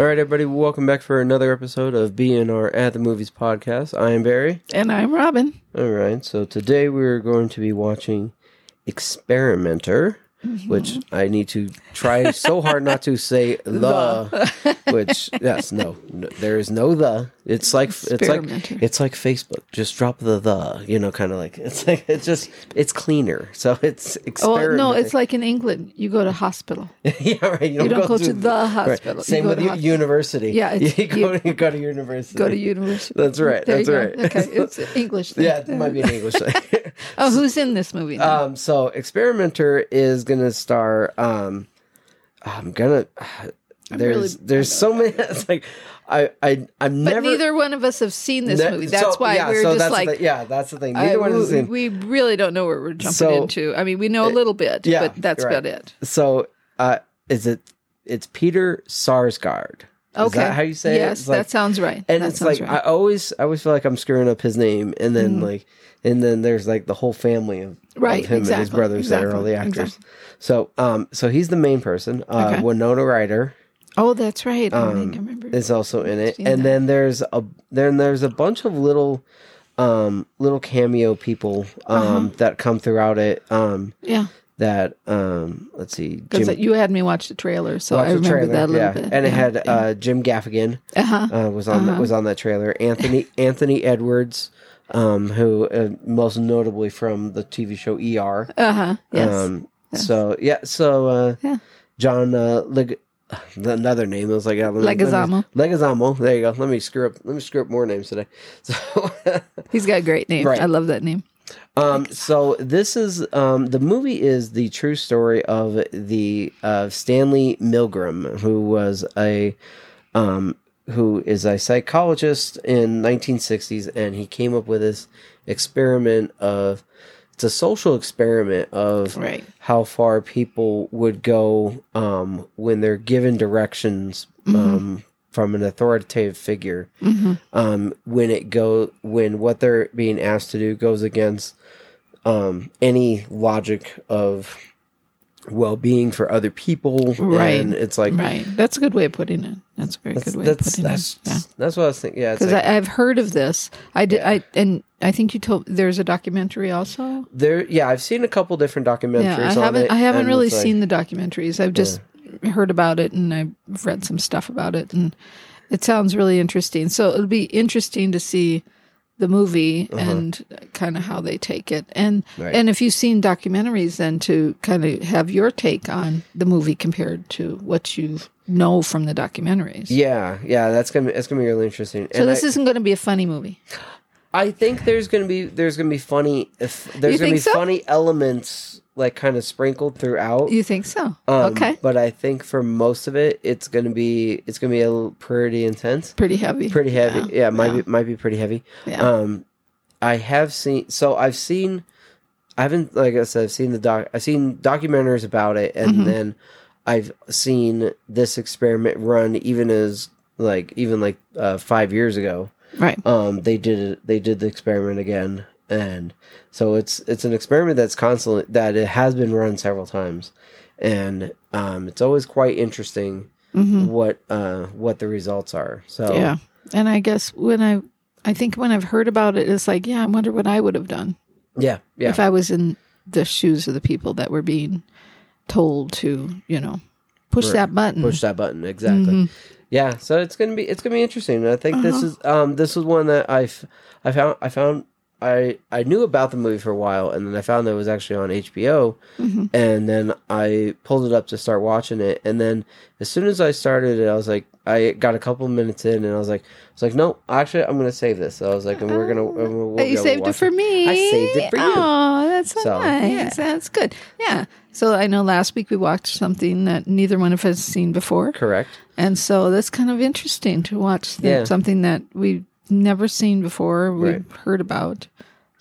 All right, everybody, welcome back for another episode of BNR at the Movies podcast. I am Barry. And I'm Robin. All right, so today we're going to be watching Experimenter, which I need to try so hard not to say the, which yes, no, no, there is no the. It's like it's like Experimenter. it's like Facebook. Just drop the the, you know, kind of like it's like it's just it's cleaner. So it's Oh, experiment. no, it's like in England, you go to hospital. yeah, right. You don't go to through- the hospital. You Same go with to u- hos- university. Yeah, it's- you go, you- you go to university. Go to university. That's right. There That's you right. go. Okay, it's English. Yeah, it might be an English thing. Oh, who's in this movie? now? um, so Experimenter is gonna star. Um, I'm gonna. There's really- there's so many. It's like I I I'm but never. neither one of us have seen this ne- movie. so, That's why yeah, we're so just that's like, the, yeah, that's the thing. I- Neither one we, is in. we really don't know where we're jumping So- into. I mean, we know a little bit, yeah, but that's you're right. about it. So uh, is it? It's Peter Sarsgaard. Okay. Is that how you say it? yes, It's like- that sounds right. and that it's sounds like I right. Mm-hmm. always I always feel like I'm screwing up his name, and then like and then there's like the whole family of, of Right, him and his exactly, brothers that are all exactly, the actors. exactly. So um so he's the main person. Uh, Okay. Winona Ryder oh, that's right. I um, think I remember. is also in it, seen and that. then there's a then there's a bunch of little um little cameo people um Uh-huh. that come throughout it um yeah, that um let's see because Jim- you had me watch the trailer, so watch I the remember trailer, that a little yeah. bit. and it yeah. had uh Jim Gaffigan uh-huh. uh, was on was on that trailer. Anthony Anthony Edwards, um, who uh, most notably from the TV show ER. Uh huh. Yes. Um, So yeah, so uh, Yeah. John uh, Leg- another name that was like uh, let me- Leguizamo. let me- Leguizamo. There you go. Let me screw up. Let me screw up more names today. So. He's got a great name. Right. I love that name. Um, so this is um, the movie is the true story of the uh, Stanley Milgram, who was a um, who is a psychologist in 1960s, and he came up with this experiment of it's a social experiment of Right. how far people would go um, when they're given directions Mm-hmm. um, from an authoritative figure um, when it go when what they're being asked to do goes against um, any logic of well-being for other people Right. and it's like Right. That's a good way of putting it. That's a very that's good way that's of putting that's, it. Yeah. that's what i was thinking yeah it's Because like, I've heard of this. I did. I and I think you told. There's a documentary also. there yeah i've seen a couple different documentaries Yeah. I on haven't. it, I haven't and really it's like- seen the documentaries. I've just heard about it and I've read some stuff about it and it sounds really interesting. So it'll be interesting to see the movie and kind of how they take it and Uh-huh. Right. and if you've seen documentaries then to kind of have your take on the movie compared to what you know from the documentaries yeah yeah that's gonna be, that's gonna be really interesting so And this I, isn't going to be a funny movie I think there's gonna be there's gonna be funny if there's gonna think be so? funny elements like kind of sprinkled throughout you think so Um, okay But I think for most of it, it's gonna be it's gonna be a little pretty intense, pretty heavy pretty heavy. Yeah, yeah, might yeah. be might be pretty heavy. yeah. Um, I have seen so I've seen I haven't like I said I've seen the doc I've seen documentaries about it, and Mhm. then I've seen this experiment run even as like even like uh, five years ago. right Um, they did it. They did the experiment again, and so it's it's an experiment that's constantly that it has been run several times, and um, it's always quite interesting hmm what uh what the results are. So yeah and i guess when i i think when i've heard about it it's like yeah i wonder what i would have done yeah, yeah. if I was in the shoes of the people that were being told to, you know, push Right. that button. Push that button exactly. Mhm. Yeah, so it's gonna be it's gonna be interesting. I think Uh-huh. this is um this is one that I f- I found I found I I knew about the movie for a while, and then I found that it was actually on HBO, Mhm. and then I pulled it up to start watching it, and then as soon as I started it, I was like I got a couple minutes in, and I was like I was like no, actually I'm gonna save this. So I was like and we're gonna and we'll, Oh, you go saved it watch for me. I saved it for you. Oh, that's so, So, nice. yeah. That's good. Yeah. So I know last week we watched something that neither one of us has seen before, Correct. and so that's kind of interesting to watch the, Yeah. something that we've never seen before, we've Right. heard about.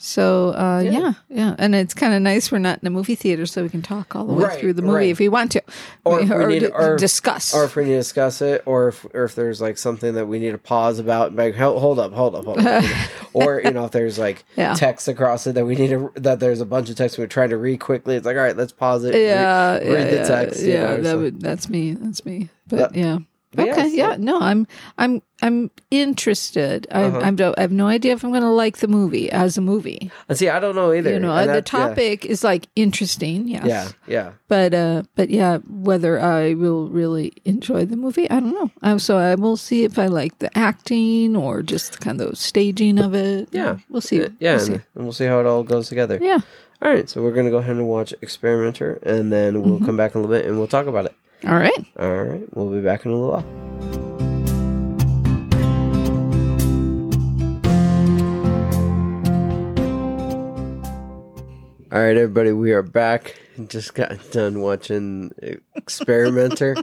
So uh, Yeah. yeah. yeah, and it's kind of nice we're not in a movie theater, so we can talk all the way Right, through the movie right. if we want to, Or if we need- di- or- discuss. or if we need to discuss it, or if or if there's like something that we need to pause about, and be like hold, hold up, hold up, hold up, or you know if there's like Yeah. text across it that we need to that there's a bunch of text we're trying to read quickly. It's like all right, let's pause it. re- yeah, read, yeah, the text. Yeah, you know, or that something. would that's me. That's me. But yeah, But okay, so- yeah, no, I'm, I'm, I'm interested. I, Uh-huh. I'm, I have no idea if I'm going to like the movie as a movie. And see, I don't know either. You know, And the that- yeah. topic is like interesting, yes, Yeah, yeah. but, uh, but yeah, whether I will really enjoy the movie, I don't know. Um, so I will see if I like the acting or just kind of the staging of it. Yeah. Uh, we'll see. Yeah, we'll see. and, and we'll see how it all goes together. yeah. All right, so we're gonna go ahead and watch Experimenter, and then Mm-hmm. we'll come back in a little bit and we'll talk about it. All right. All right, we'll be back in a little while. All right, everybody, we are back. Just got done watching Experimenter.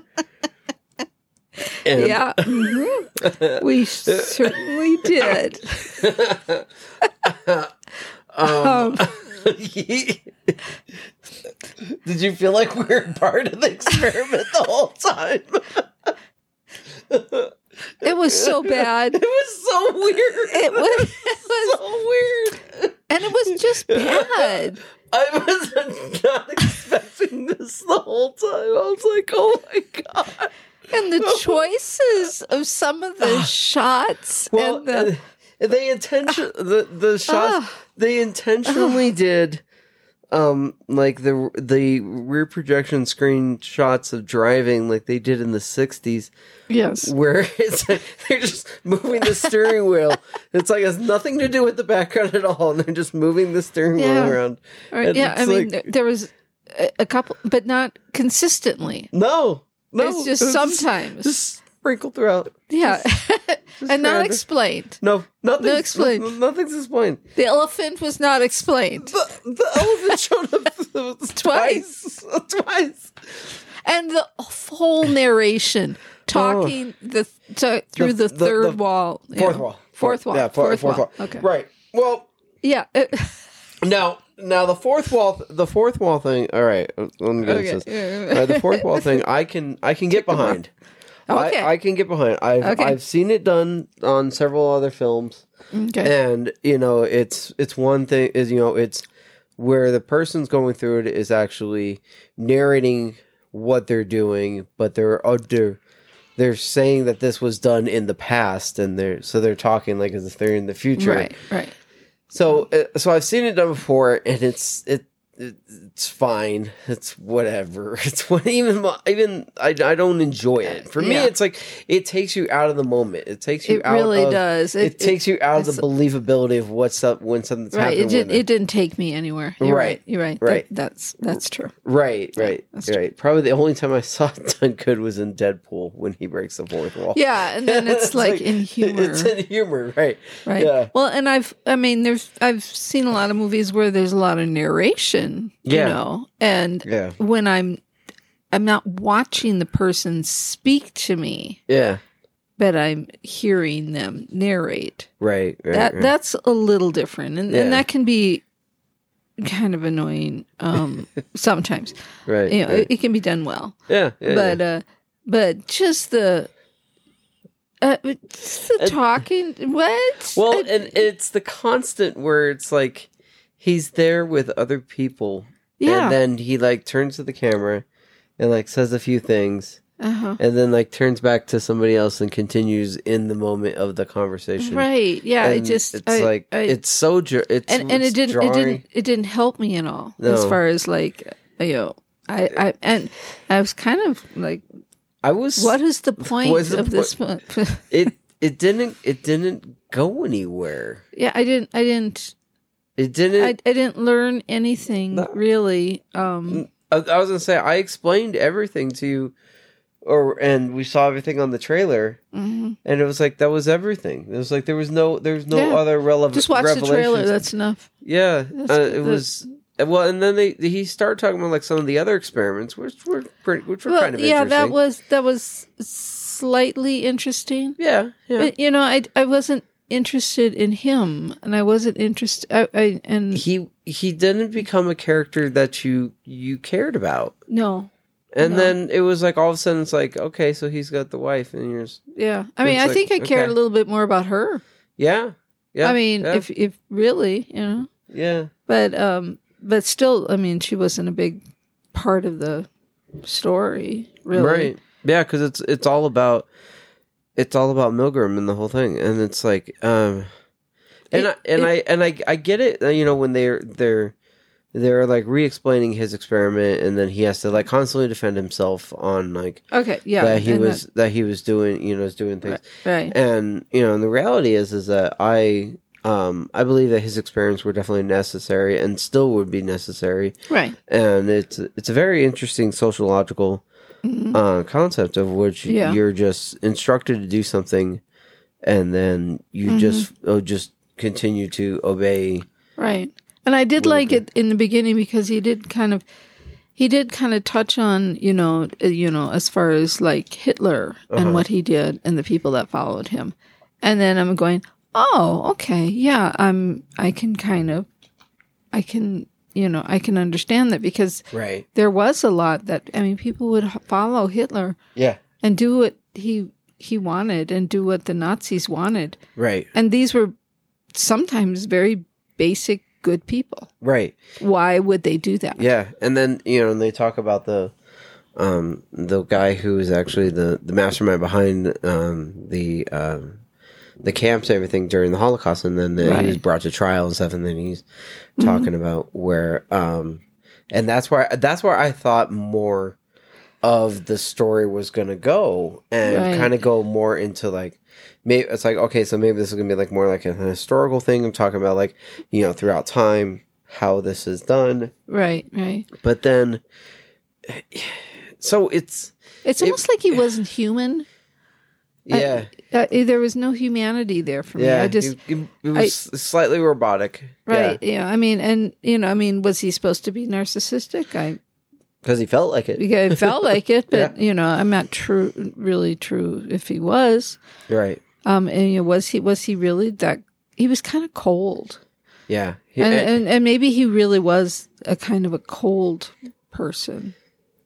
And- Yeah. mhm. we certainly did. Um, Um. Did you feel like we were part of the experiment the whole time? It was so bad. It was so weird. It was, so weird. and it was just bad. I was not expecting this the whole time. I was like, "Oh my god!" And the choices of some of the shots Well, and the uh, they intention the the shots Ah. they intentionally did, um, like the the rear projection screen shots of driving, like they did in the '60s, yes. where it's like they're just moving the steering wheel. It's like it has nothing to do with the background at all, and they're just moving the steering Yeah. wheel around. All right, and yeah, I it's mean like- there was a, a couple but not consistently. No, no, it's just it was sometimes. just sprinkled throughout. yeah. and not random. explained. No, nothing. No, explain. Nothing's explained. The elephant was not explained. The, the elephant showed up twice. Twice. Twice. And the whole narration talking the to, through Oh. The- the, the- third the wall. you Fourth know. wall. Fourth wall. Yeah, fourth, fourth, fourth wall. wall. Okay. Right. Well, Yeah. it- now, now the fourth wall, the fourth wall thing. All right, let me get Okay. into this. Uh, the fourth wall thing, I can, I can get behind. Okay. I, I can get behind. I've, Okay. I've seen it done on several other films. okay. and you know it's it's one thing is you know it's where the person's going through it is actually narrating what they're doing but they're oh, they're they're saying that this was done in the past and they're so they're talking like as if they're in the future Right, right. so uh, so i've seen it done before and it's it it- it's fine. It's whatever. It's what even my- even I, I don't enjoy it. For me, Yeah. it's like it takes you out of the moment. It takes you It out. really of, does. it, takes you out of the it's- believability of what's up when something's right. It, happening. did, with it. it didn't take me anywhere. You're Right, right. You're right. right. That- that's that's true. right, right, that's right. Probably the only time I saw it done good was in Deadpool when he breaks the fourth wall. Yeah, and then it's, like, in humor, It's in humor, right? right? yeah. Well, and I've I mean there's I've seen a lot of movies where there's a lot of narration, Yeah. you know, and Yeah, when I'm I'm not watching the person speak to me, yeah. but I'm hearing them narrate. Right, right. that right. that's a little different and, Yeah. and that can be kind of annoying um sometimes right, you know right. it, it can be done well yeah, yeah, but yeah. uh but just the uh just the And- talking what well, I- and it's the constant where it's like he's there with other people, yeah and then he like turns to the camera and like says a few things, uh-huh. and then like turns back to somebody else and continues in the moment of the conversation. right yeah and it just it's I- like I- it's so dr- it's and, and it's it didn't it jarring. didn't it didn't help me at all as No. far as like you know I, I and I was kind of like, I was what is the point What's the of this? mo- it it didn't it didn't go anywhere. yeah, I didn't, I didn't, It didn't. I, I didn't learn anything No. really. Um, I, I was gonna say I explained everything to you, or and we saw everything on the trailer, mhm. and it was like that was everything. It was like there was no there was no Yeah. other relevant. Just watch the trailer. That's enough. yeah, that's- uh, it that- was. Well, and then they he started talking about like some of the other experiments, which were pretty, which were Well, kind of yeah, interesting. that was that was slightly interesting. yeah, yeah. But you know, I I wasn't interested in him, and I wasn't interested. I, I and he he didn't become a character that you you cared about. no, And No. then it was like all of a sudden it's like okay, so he's got the wife, and you're just, yeah. I mean, It's I like, think I cared okay. a little bit more about her. yeah, yeah. I mean, yeah, if if really, you know, yeah, but um, but still, I mean, she wasn't a big part of the story, really. right, Yeah, because it's it's all about it's all about Milgram and the whole thing, and it's like, um, and It- I, and I and I I get it. uh, You know, when they're they're they're like re-explaining his experiment, and then he has to like constantly defend himself on like Okay, yeah, that he and was that, he was doing you know is doing things, that- right. and you know, and the reality is is that I. Um, I believe that his experiments were definitely necessary and still would be necessary. Right. And it's it's a very interesting sociological Mhm. uh, concept of which Yeah. you're just instructed to do something, and then you Mhm. just oh, just continue to obey. Right. And I did Really like it in the beginning because he did kind of he did kind of touch on, you know, uh, you know, as far as like Hitler Uh-huh. and what he did and the people that followed him. And then I'm going, "Oh, okay. Yeah, I'm I can kind of I can, you know, I can understand that because Right. there was a lot that I mean, people would h- follow Hitler Yeah. and do what he he wanted and do what the Nazis wanted. Right. And these were sometimes very basic good people. Right. Why would they do that? Yeah. And then you know, and they talk about the um the guy who is actually the the mastermind behind um the um the camps and everything during the Holocaust, and then the, Right. Mm-hmm. he was brought to trial and stuff, and then he's talking about where um and that's where that's where I thought more of the story was gonna go and Right. kind of go more into like maybe it's like okay so maybe this is gonna be like more like an historical thing I'm talking about like you know throughout time how this is done Right, right. but then so it's It's It- almost like he wasn't human. I- yeah Uh, there was no humanity there for me. yeah I just it, it- it I- was slightly robotic right, yeah. I mean, and you know, I mean, was he supposed to be narcissistic? I because he felt like it yeah, it felt like it, but you know, I'm not true, really true. If he was, right um, and you know, was he was he really that? He was kind of cold, yeah He- and, and and maybe he really was a kind of a cold person.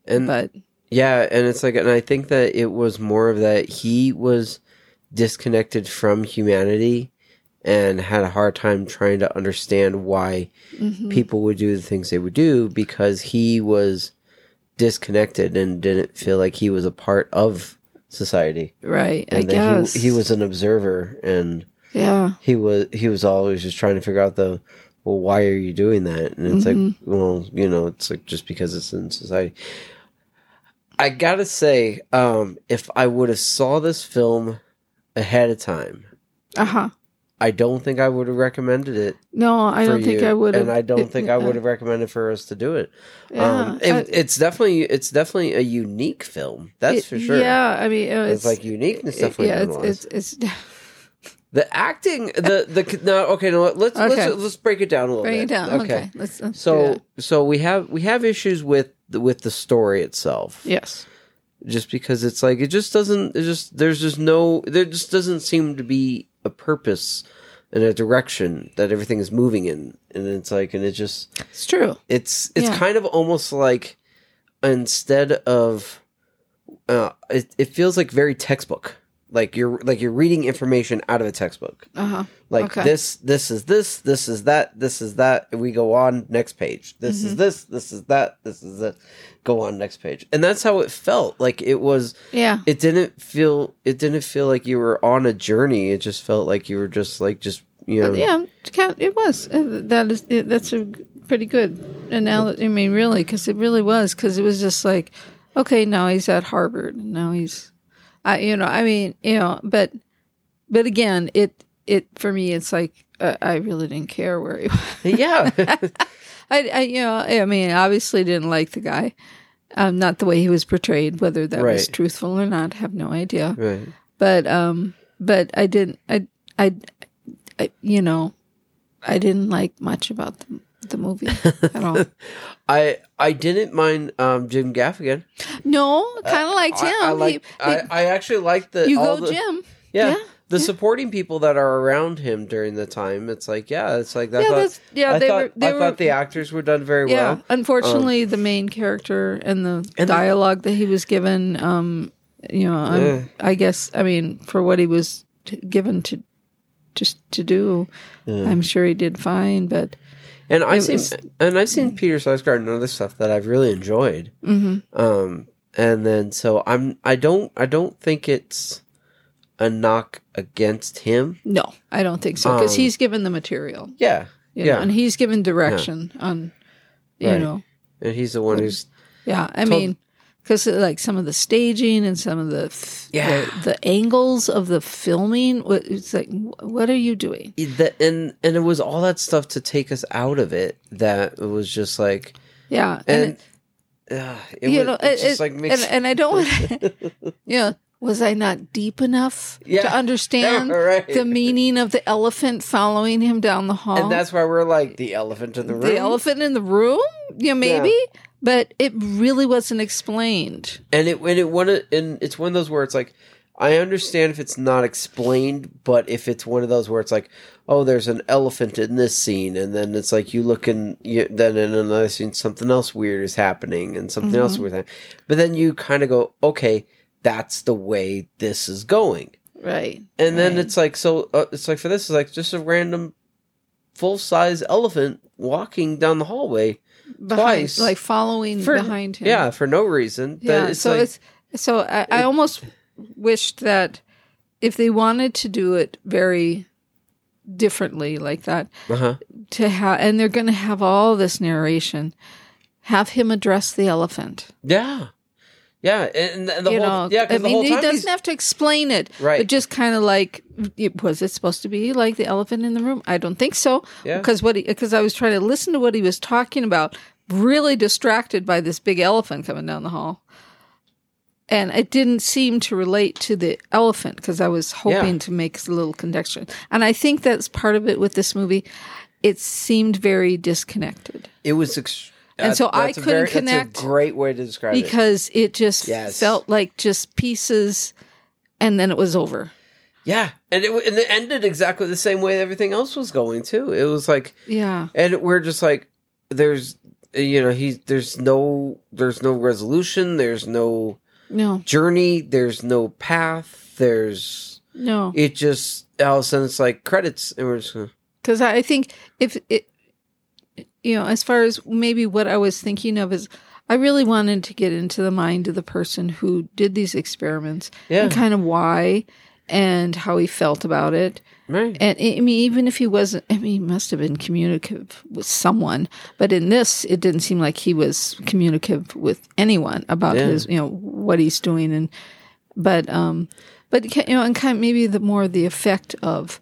and But Yeah, and it's like, and I think that it was more of that he was disconnected from humanity and had a hard time trying to understand why mhm. people would do the things they would do because he was disconnected and didn't feel like he was a part of society. Right, And I guess he, he was an observer and Yeah, he was he was always just trying to figure out the well why are you doing that and it's like Mm-hmm. well you know it's like just because it's in society i gotta say um if i would have saw this film ahead of time uh huh. i don't think i would have recommended it No, I for don't think you, I would. and i don't think uh i would have recommended for us to do it um it- it's definitely it's definitely a unique film that's for sure Yeah, I mean, uh, it's, like uniqueness definitely yeah, one was. it's, it's it's the acting the the no okay no let's Okay. let's let's break it down a little bring bit it down. Okay, let's, let's do So that. so we have we have issues with the, with the story itself. yes, Just because it's like it just doesn't it just there's just no there just doesn't seem to be a purpose and a direction that everything is moving in and it's like and it just it's true. it's it's Yeah. kind of almost like instead of uh it, it feels like very textbook like you're like you're reading information out of a textbook Uh huh. like Okay. this this is this this is that this is that we go on next page this Mm-hmm. is this this is that this is that go on next page and that's how it felt like it was Yeah, it didn't feel it didn't feel like you were on a journey it just felt like you were just like just you know But yeah. it kind- It was. Uh, That is. It, that's a g- pretty good analogy. I mean, really, because it really was. Because it was just like, okay, now he's at Harvard. Now he's, I, you know, I mean, you know, but, but again, it, it for me, it's like uh, I really didn't care where he was. yeah I, I you know I mean obviously didn't like the guy, um, not the way he was portrayed. Whether that was Right. truthful or not, have no idea. right But um, but I didn't I I, I you know, I didn't like much about the, the movie at all. i i didn't mind um jim gaffigan no, kind of liked him. i, I He- like he- I, I actually like the you all go, the, Jim. yeah, Yeah, the supporting people that are around him during the time it's like yeah it's like that Yeah, that's, yeah. I they thought, were. They I were. thought the actors were done very yeah. well. Unfortunately, the main character and the Um, And the- dialogue that he was given, um, you know, I'm, Yeah. I guess, I mean, for what he was t- given to just to do, I'm sure he did fine. But And I've It seen was- mm-hmm, and I've seen Peter Sarsgaard and other stuff that I've really enjoyed. Um, and then so I'm I don't I don't think it's a knock against him. No, I don't think so Um, because he's given the material, Yeah, you yeah. know, and he's given direction on, you Right. know, and he's the one who's yeah. I Told- mean, because like some of the staging and some of the f- Yeah. the, the angles of the filming, wh- it's like, wh- what are you doing? the and and it was all that stuff to take us out of it that it was just like Yeah, and, uh, it you was, know, it it, just it- like makes and, and I don't want to, you know, was I not deep enough to Yeah. understand Yeah, right. the meaning of the elephant following him down the hall? and that's why we're like the elephant in the room. the elephant in the room? Yeah, maybe, but it really wasn't explained. and it and it one of- and it's one of those where it's like I understand if it's not explained, but if it's one of those where it's like, oh, there's an elephant in this scene, and then it's like you look and you, then in another scene something else weird is happening and something else Mm-hmm. weird, hap- but then you kind of go, okay, that's the way this is going, Right. and then Right. it's like so uh, it's like for this it's like just a random full size elephant walking down the hallway, Behind, twice. like following For- behind him. yeah, for no reason. That Yeah, it's so like, it's so I, I almost wished that if they wanted to do it very differently like that, uh-huh. to have, and they're going to have all this narration. Have him address the elephant. Yeah. Yeah, and, and the you whole know, yeah, 'cause I the whole mean, he time doesn't he's- have to explain it, Right. But just kind of like, it- was it supposed to be like the elephant in the room? I don't think so, Yeah. because what because I was trying to listen to what he was talking about, really distracted by this big elephant coming down the hall, and it didn't seem to relate to the elephant because I was hoping Yeah. to make a little connection, and I think that's part of it with this movie. It seemed very disconnected. it was ex- uh, And so I that's a couldn't very- that's a connect great way to describe it. because it just Yes. felt like just pieces and then it was over Yeah, and it w- and it ended exactly the same way everything else was going too. It was like, yeah and we're just like, there's you know he's there's no there's no resolution, there's no no journey, there's no path, there's no it just all of a sudden it's like credits, and we're just gonna, because i I think if it you know as far as maybe what i was thinking of is i really wanted to get into the mind of the person who did these experiments yeah, and kind of why and how he felt about it right, and i I mean even if he wasn't i mean he must have been communicative with someone but in this it didn't seem like he was communicative with anyone about Yeah. his you know what he's doing and but um but ca- you know and kind of maybe the more the effect of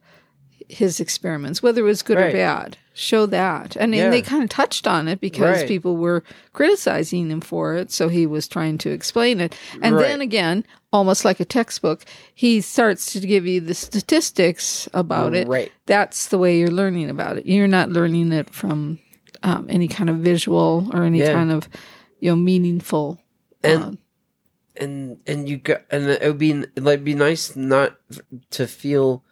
his experiments whether it was good Right. or bad show that and, Yeah. and they kind of touched on it because Right. people were criticizing him for it so he was trying to explain it and Right. then again almost like a textbook he starts to give you the statistics about it right, that's the way you're learning about it. You're not learning it from um, any kind of visual or any Yeah. kind of you know meaningful. and um, and and you got and it would be like be nice not to feel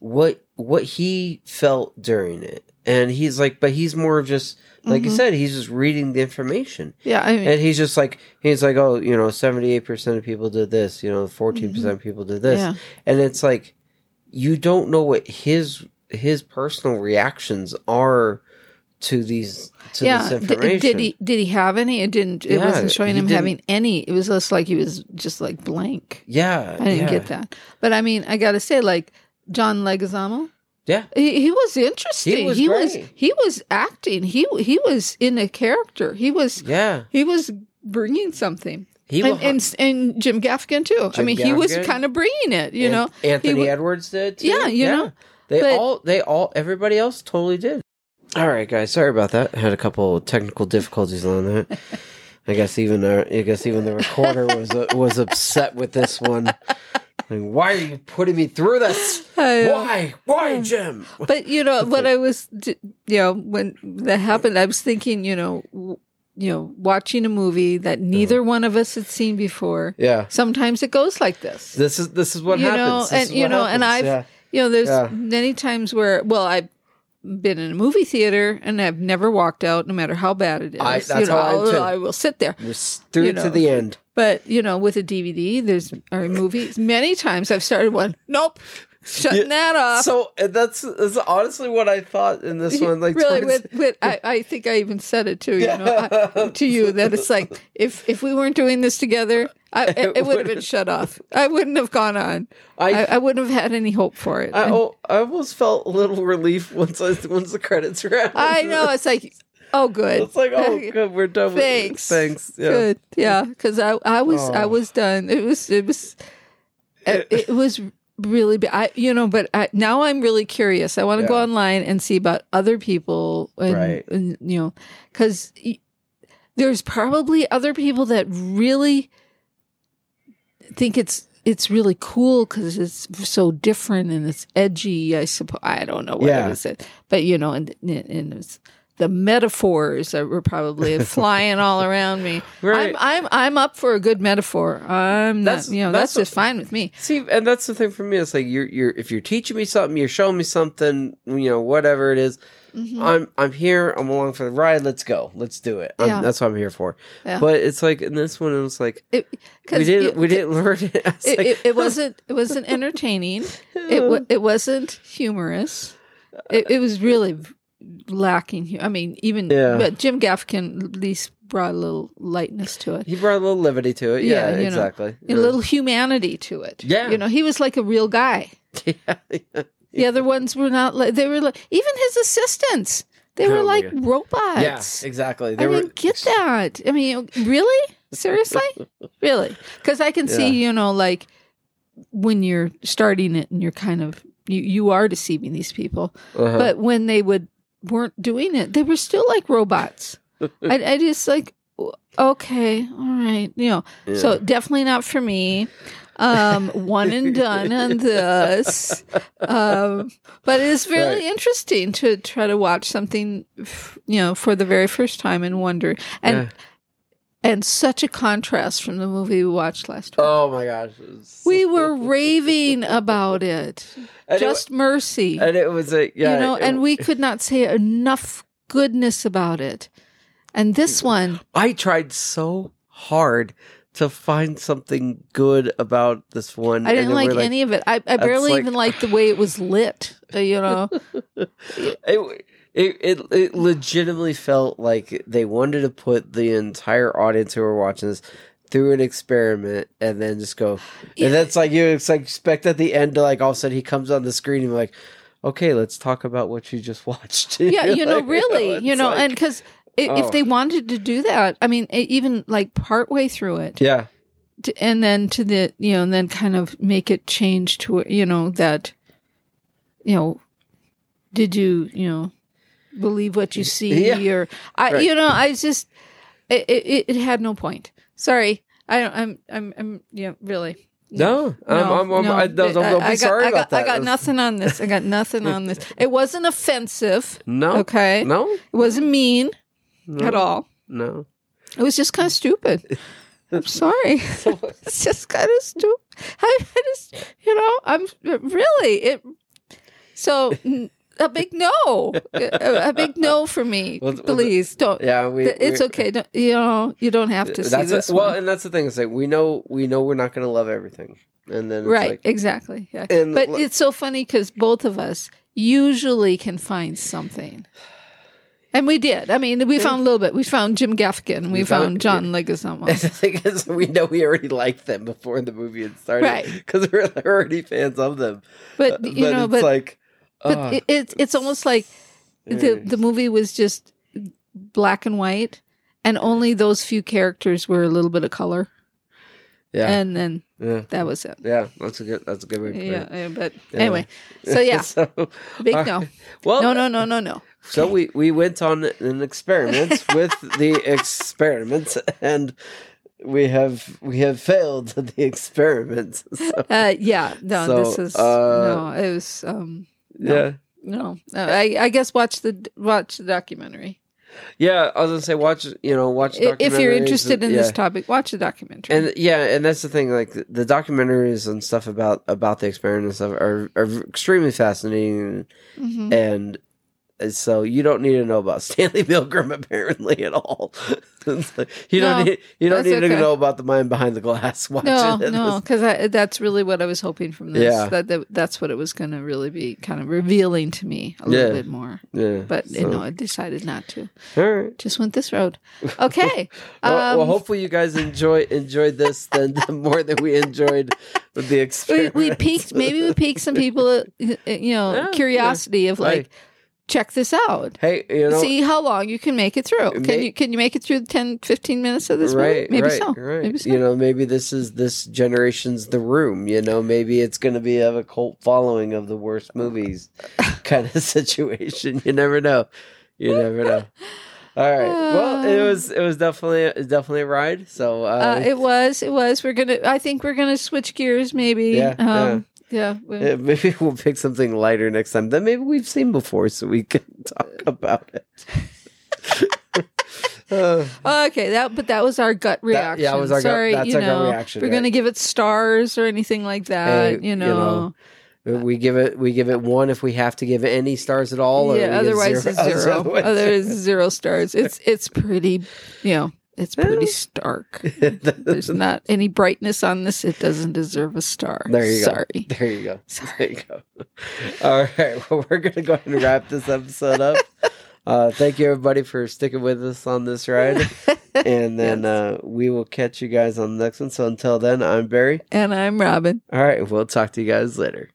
what what he felt during it and he's like but he's more of just like you Mhm. said he's just reading the information yeah, I mean, and he's just like he's like oh you know 78% of people did this you know 14% percent people did this Mm-hmm. yeah, and it's like you don't know what his his personal reactions are to these to yeah. this Did- information Did, he did he have any? It didn't. It Yeah, wasn't showing he him didn't- having any. It was just like he was just like blank. yeah I didn't Uh, yeah, get that. But I mean, I got to say, like John Leguizamo. yeah He, he was interesting. was he was great. he was acting. He he was in a character. He was yeah he was bringing something. he and, will- and and Jim Gaffigan too. I Jim mean, he was Gaffigan. kind of bringing it, you An- know. Anthony wa- Edwards did. Too. Yeah, you know, They but- all, they all, everybody else totally did. All right, guys. Sorry about that. I had a couple of technical difficulties on that. I guess even our, I guess even the recorder was uh, was upset with this one. Like, why are you putting me through this? I know. Why? hmm. Why, Jim? But you know what I was, d- you know, when that happened, I was thinking, you know, w- you know, watching a movie Uh-huh. that neither one of us had seen before. Yeah. Sometimes it goes like this. This is this is what You know, happens. This and- is you what know, and happens. I've- You know, there's Yeah. many times where, well, I've been in a movie theater and I've never walked out, no matter how bad it is. I- you that's know, how I am, I'll- too. I will sit there. yeah. Just through you to know. the end. But you know, with a DVD, there's or a movie. Many times I've started one. Nope, shutting that off. So uh, that's, that's honestly what I thought in this one. Like really, towards- with, with, I, I think I even said it to you know, I, to you that it's like if if we weren't doing this together, I, it, it would have been shut off. I wouldn't have gone on. I, I- I wouldn't have had any hope for it. I, al- I almost felt a little relief once I, once the credits were out. I know it's like, oh, good. It's like, oh, good, we're done. with- Thanks. thanks. Yeah. Good. Yeah, because I I was I Oh. was done. It was it was it, it was really bad. I you know, but I, now I'm really curious. I want to go Yeah. online and see about other people and, Right. and you know, because there's probably other people that really think it's it's really cool because it's so different and it's edgy. I suppose I don't know what Yeah. it is, it- but you know, and and it's, the metaphors that were probably flying all around me. Right. I'm I'm I'm up for a good metaphor. I'm That's- not, you know, that's that's, what- just fine with me. See, and that's the thing for me. It's like you're you're if you're teaching me something, you're showing me something, you know, whatever it is, Mhm. I'm I'm here. I'm along for the ride. Let's go. Let's do it. I'm- Yeah. That's what I'm here for. Yeah. But it's like in this one, it was like It, we didn't we didn't learn it. It's It, like, it, it wasn't. It wasn't entertaining. It wa- it wasn't humorous. It, it was really lacking. hu- I mean, even Yeah. but Jim Gaffigan at least brought a little lightness to it. he brought a little levity to it. Yeah, Yeah, you know, exactly. a little humanity to it. Yeah. You know, he was like a real guy. yeah. The other ones were not like, they were like, even his assistants, they Oh were my like God. yeah, robots. exactly. I They were didn't get that. I mean, really? Seriously? really? Because I can see, you know, like when you're starting it and you're kind of, you, you are deceiving these people. Uh-huh. But when they would weren't doing it, they were still like robots. I, I just like, okay, all right, you know. Yeah. So definitely not for me. Um, one and done on this. Um, but it is really Right. interesting to try to watch something, f- you know, for the very first time and wonder. And Yeah. and such a contrast from the movie we watched last week. oh my gosh, it was- We were raving about it. and Just mercy it, and it was a yeah, you know, it- and we could not say enough goodness about it. And Mm. this one, I tried so hard to find something good about this one. I didn't and then like, we're any of it. I, I barely like- even liked the way it was lit. uh, You know, It, it, it, it legitimately felt like they wanted to put the entire audience who were watching this through an experiment and then just go. Yeah. And that's like you ex- like, expect at the end to like all of a sudden he comes on the screen and like, okay, let's talk about what you just watched. yeah, you know, Like, really, you it's know, like- and 'cause and because oh. if they wanted to do that, I mean, e- even like partway through it, yeah, to, and then to the you know, and then kind of make it change to you know that, you know, did you you know believe what you see Yeah. or I Right. you know I just it, it it had no point. Sorry, I don't. I'm I'm I'm yeah really. no, I'm, I'm, I'm, I, no, I- don't be I got- sorry I about got- that. I got nothing on this. I got nothing on this. It wasn't offensive. No, Okay. no, It wasn't mean no, at all. No, It was just kind of stupid. I'm sorry. it's just kind of stupid. I I just, you know, I'm really it. So n- a big no, a, a big no for me. Well, th- well, th- Please don't. yeah, we, Th- it's we- okay. Don't, you know, you don't have to see that's this. it. well, one. and that's the thing. It's like we know we know we're not going to love everything, and then it's right? like, exactly. Yeah. And But l- it's so funny because both of us usually can find something. And we did. I mean, we found a little bit. We found Jim Gaffigan. We, We found, found- John Leguizamo. the thing is, we know we already liked them before the movie had started, Right. Because we're already fans of them. Uh, But you know, it's but like, oh, ah, but it, it's it's almost like the the movie was just black and white and only those few characters were a little bit of color yeah, and then yeah, that was it yeah. That's a good. That's a good way. to put yeah, it. yeah, but Yeah. anyway so yeah so, big all no right. Well, no no no no no So we we went on an experiment with the experiment, and we have we have failed the experiment. So, uh yeah no So, this is uh, no it was um No. Yeah. no Uh, i i guess watch the watch the documentary Yeah, I was gonna say watch you know watch I- if you're documentaries, interested in this yeah. topic watch the documentary and yeah, and that's the thing. Like the documentaries and stuff about about the experiment and stuff are, are extremely fascinating, Mhm. and so you don't need to know about Stanley Milgram apparently at all. It's like, you No, don't need you don't that's need to okay. know about the mind behind the glass. Watching No, this. no, because that's really what I was hoping from this. Yeah. That, that that's what it was going to really be kind of revealing to me Yeah. a little bit more. Yeah, But you so- know, I decided not to. all right. Just went this road. Okay. Well, well, um, hopefully you guys enjoy enjoyed this than more than we enjoyed with the we, experience. we piqued maybe we piqued some people uh, you know Yeah, curiosity of like check this out hey, you know, see how long you can make it through can May- you can you make it through the 10 15 minutes of this right, movie? maybe right, so right. maybe so You know, maybe this is this generation's The Room. You know, maybe it's going to be have a cult following of the worst movies kind of situation. You never know. You never know. All right. Well, it was it was definitely it was definitely a ride. So uh, Um, uh, it was it was we're gonna i think we're gonna switch gears maybe Yeah, um yeah, we- yeah, maybe we'll pick something lighter next time that maybe we've seen before, so we can talk about it. Uh, Oh, okay that but that was our gut That- reaction yeah, it was our gut- sorry that's you our gut know reaction, we're right. gonna give it stars or anything like Hey, that you you know, know, we give it we give it one if we have to give it any stars at all. or we yeah give otherwise zero- it's zero otherwise- otherwise it's zero stars it's it's pretty you know it's pretty stark there's not any brightness on this it doesn't deserve a star There you go. sorry There you go. There sorry you go. All right. Well, we're gonna go ahead and wrap this episode up. Uh, thank you everybody for sticking with us on this ride, and then uh, we will catch you guys on the next one. So until then, I'm Barry. and i'm robin All right, we'll talk to you guys later.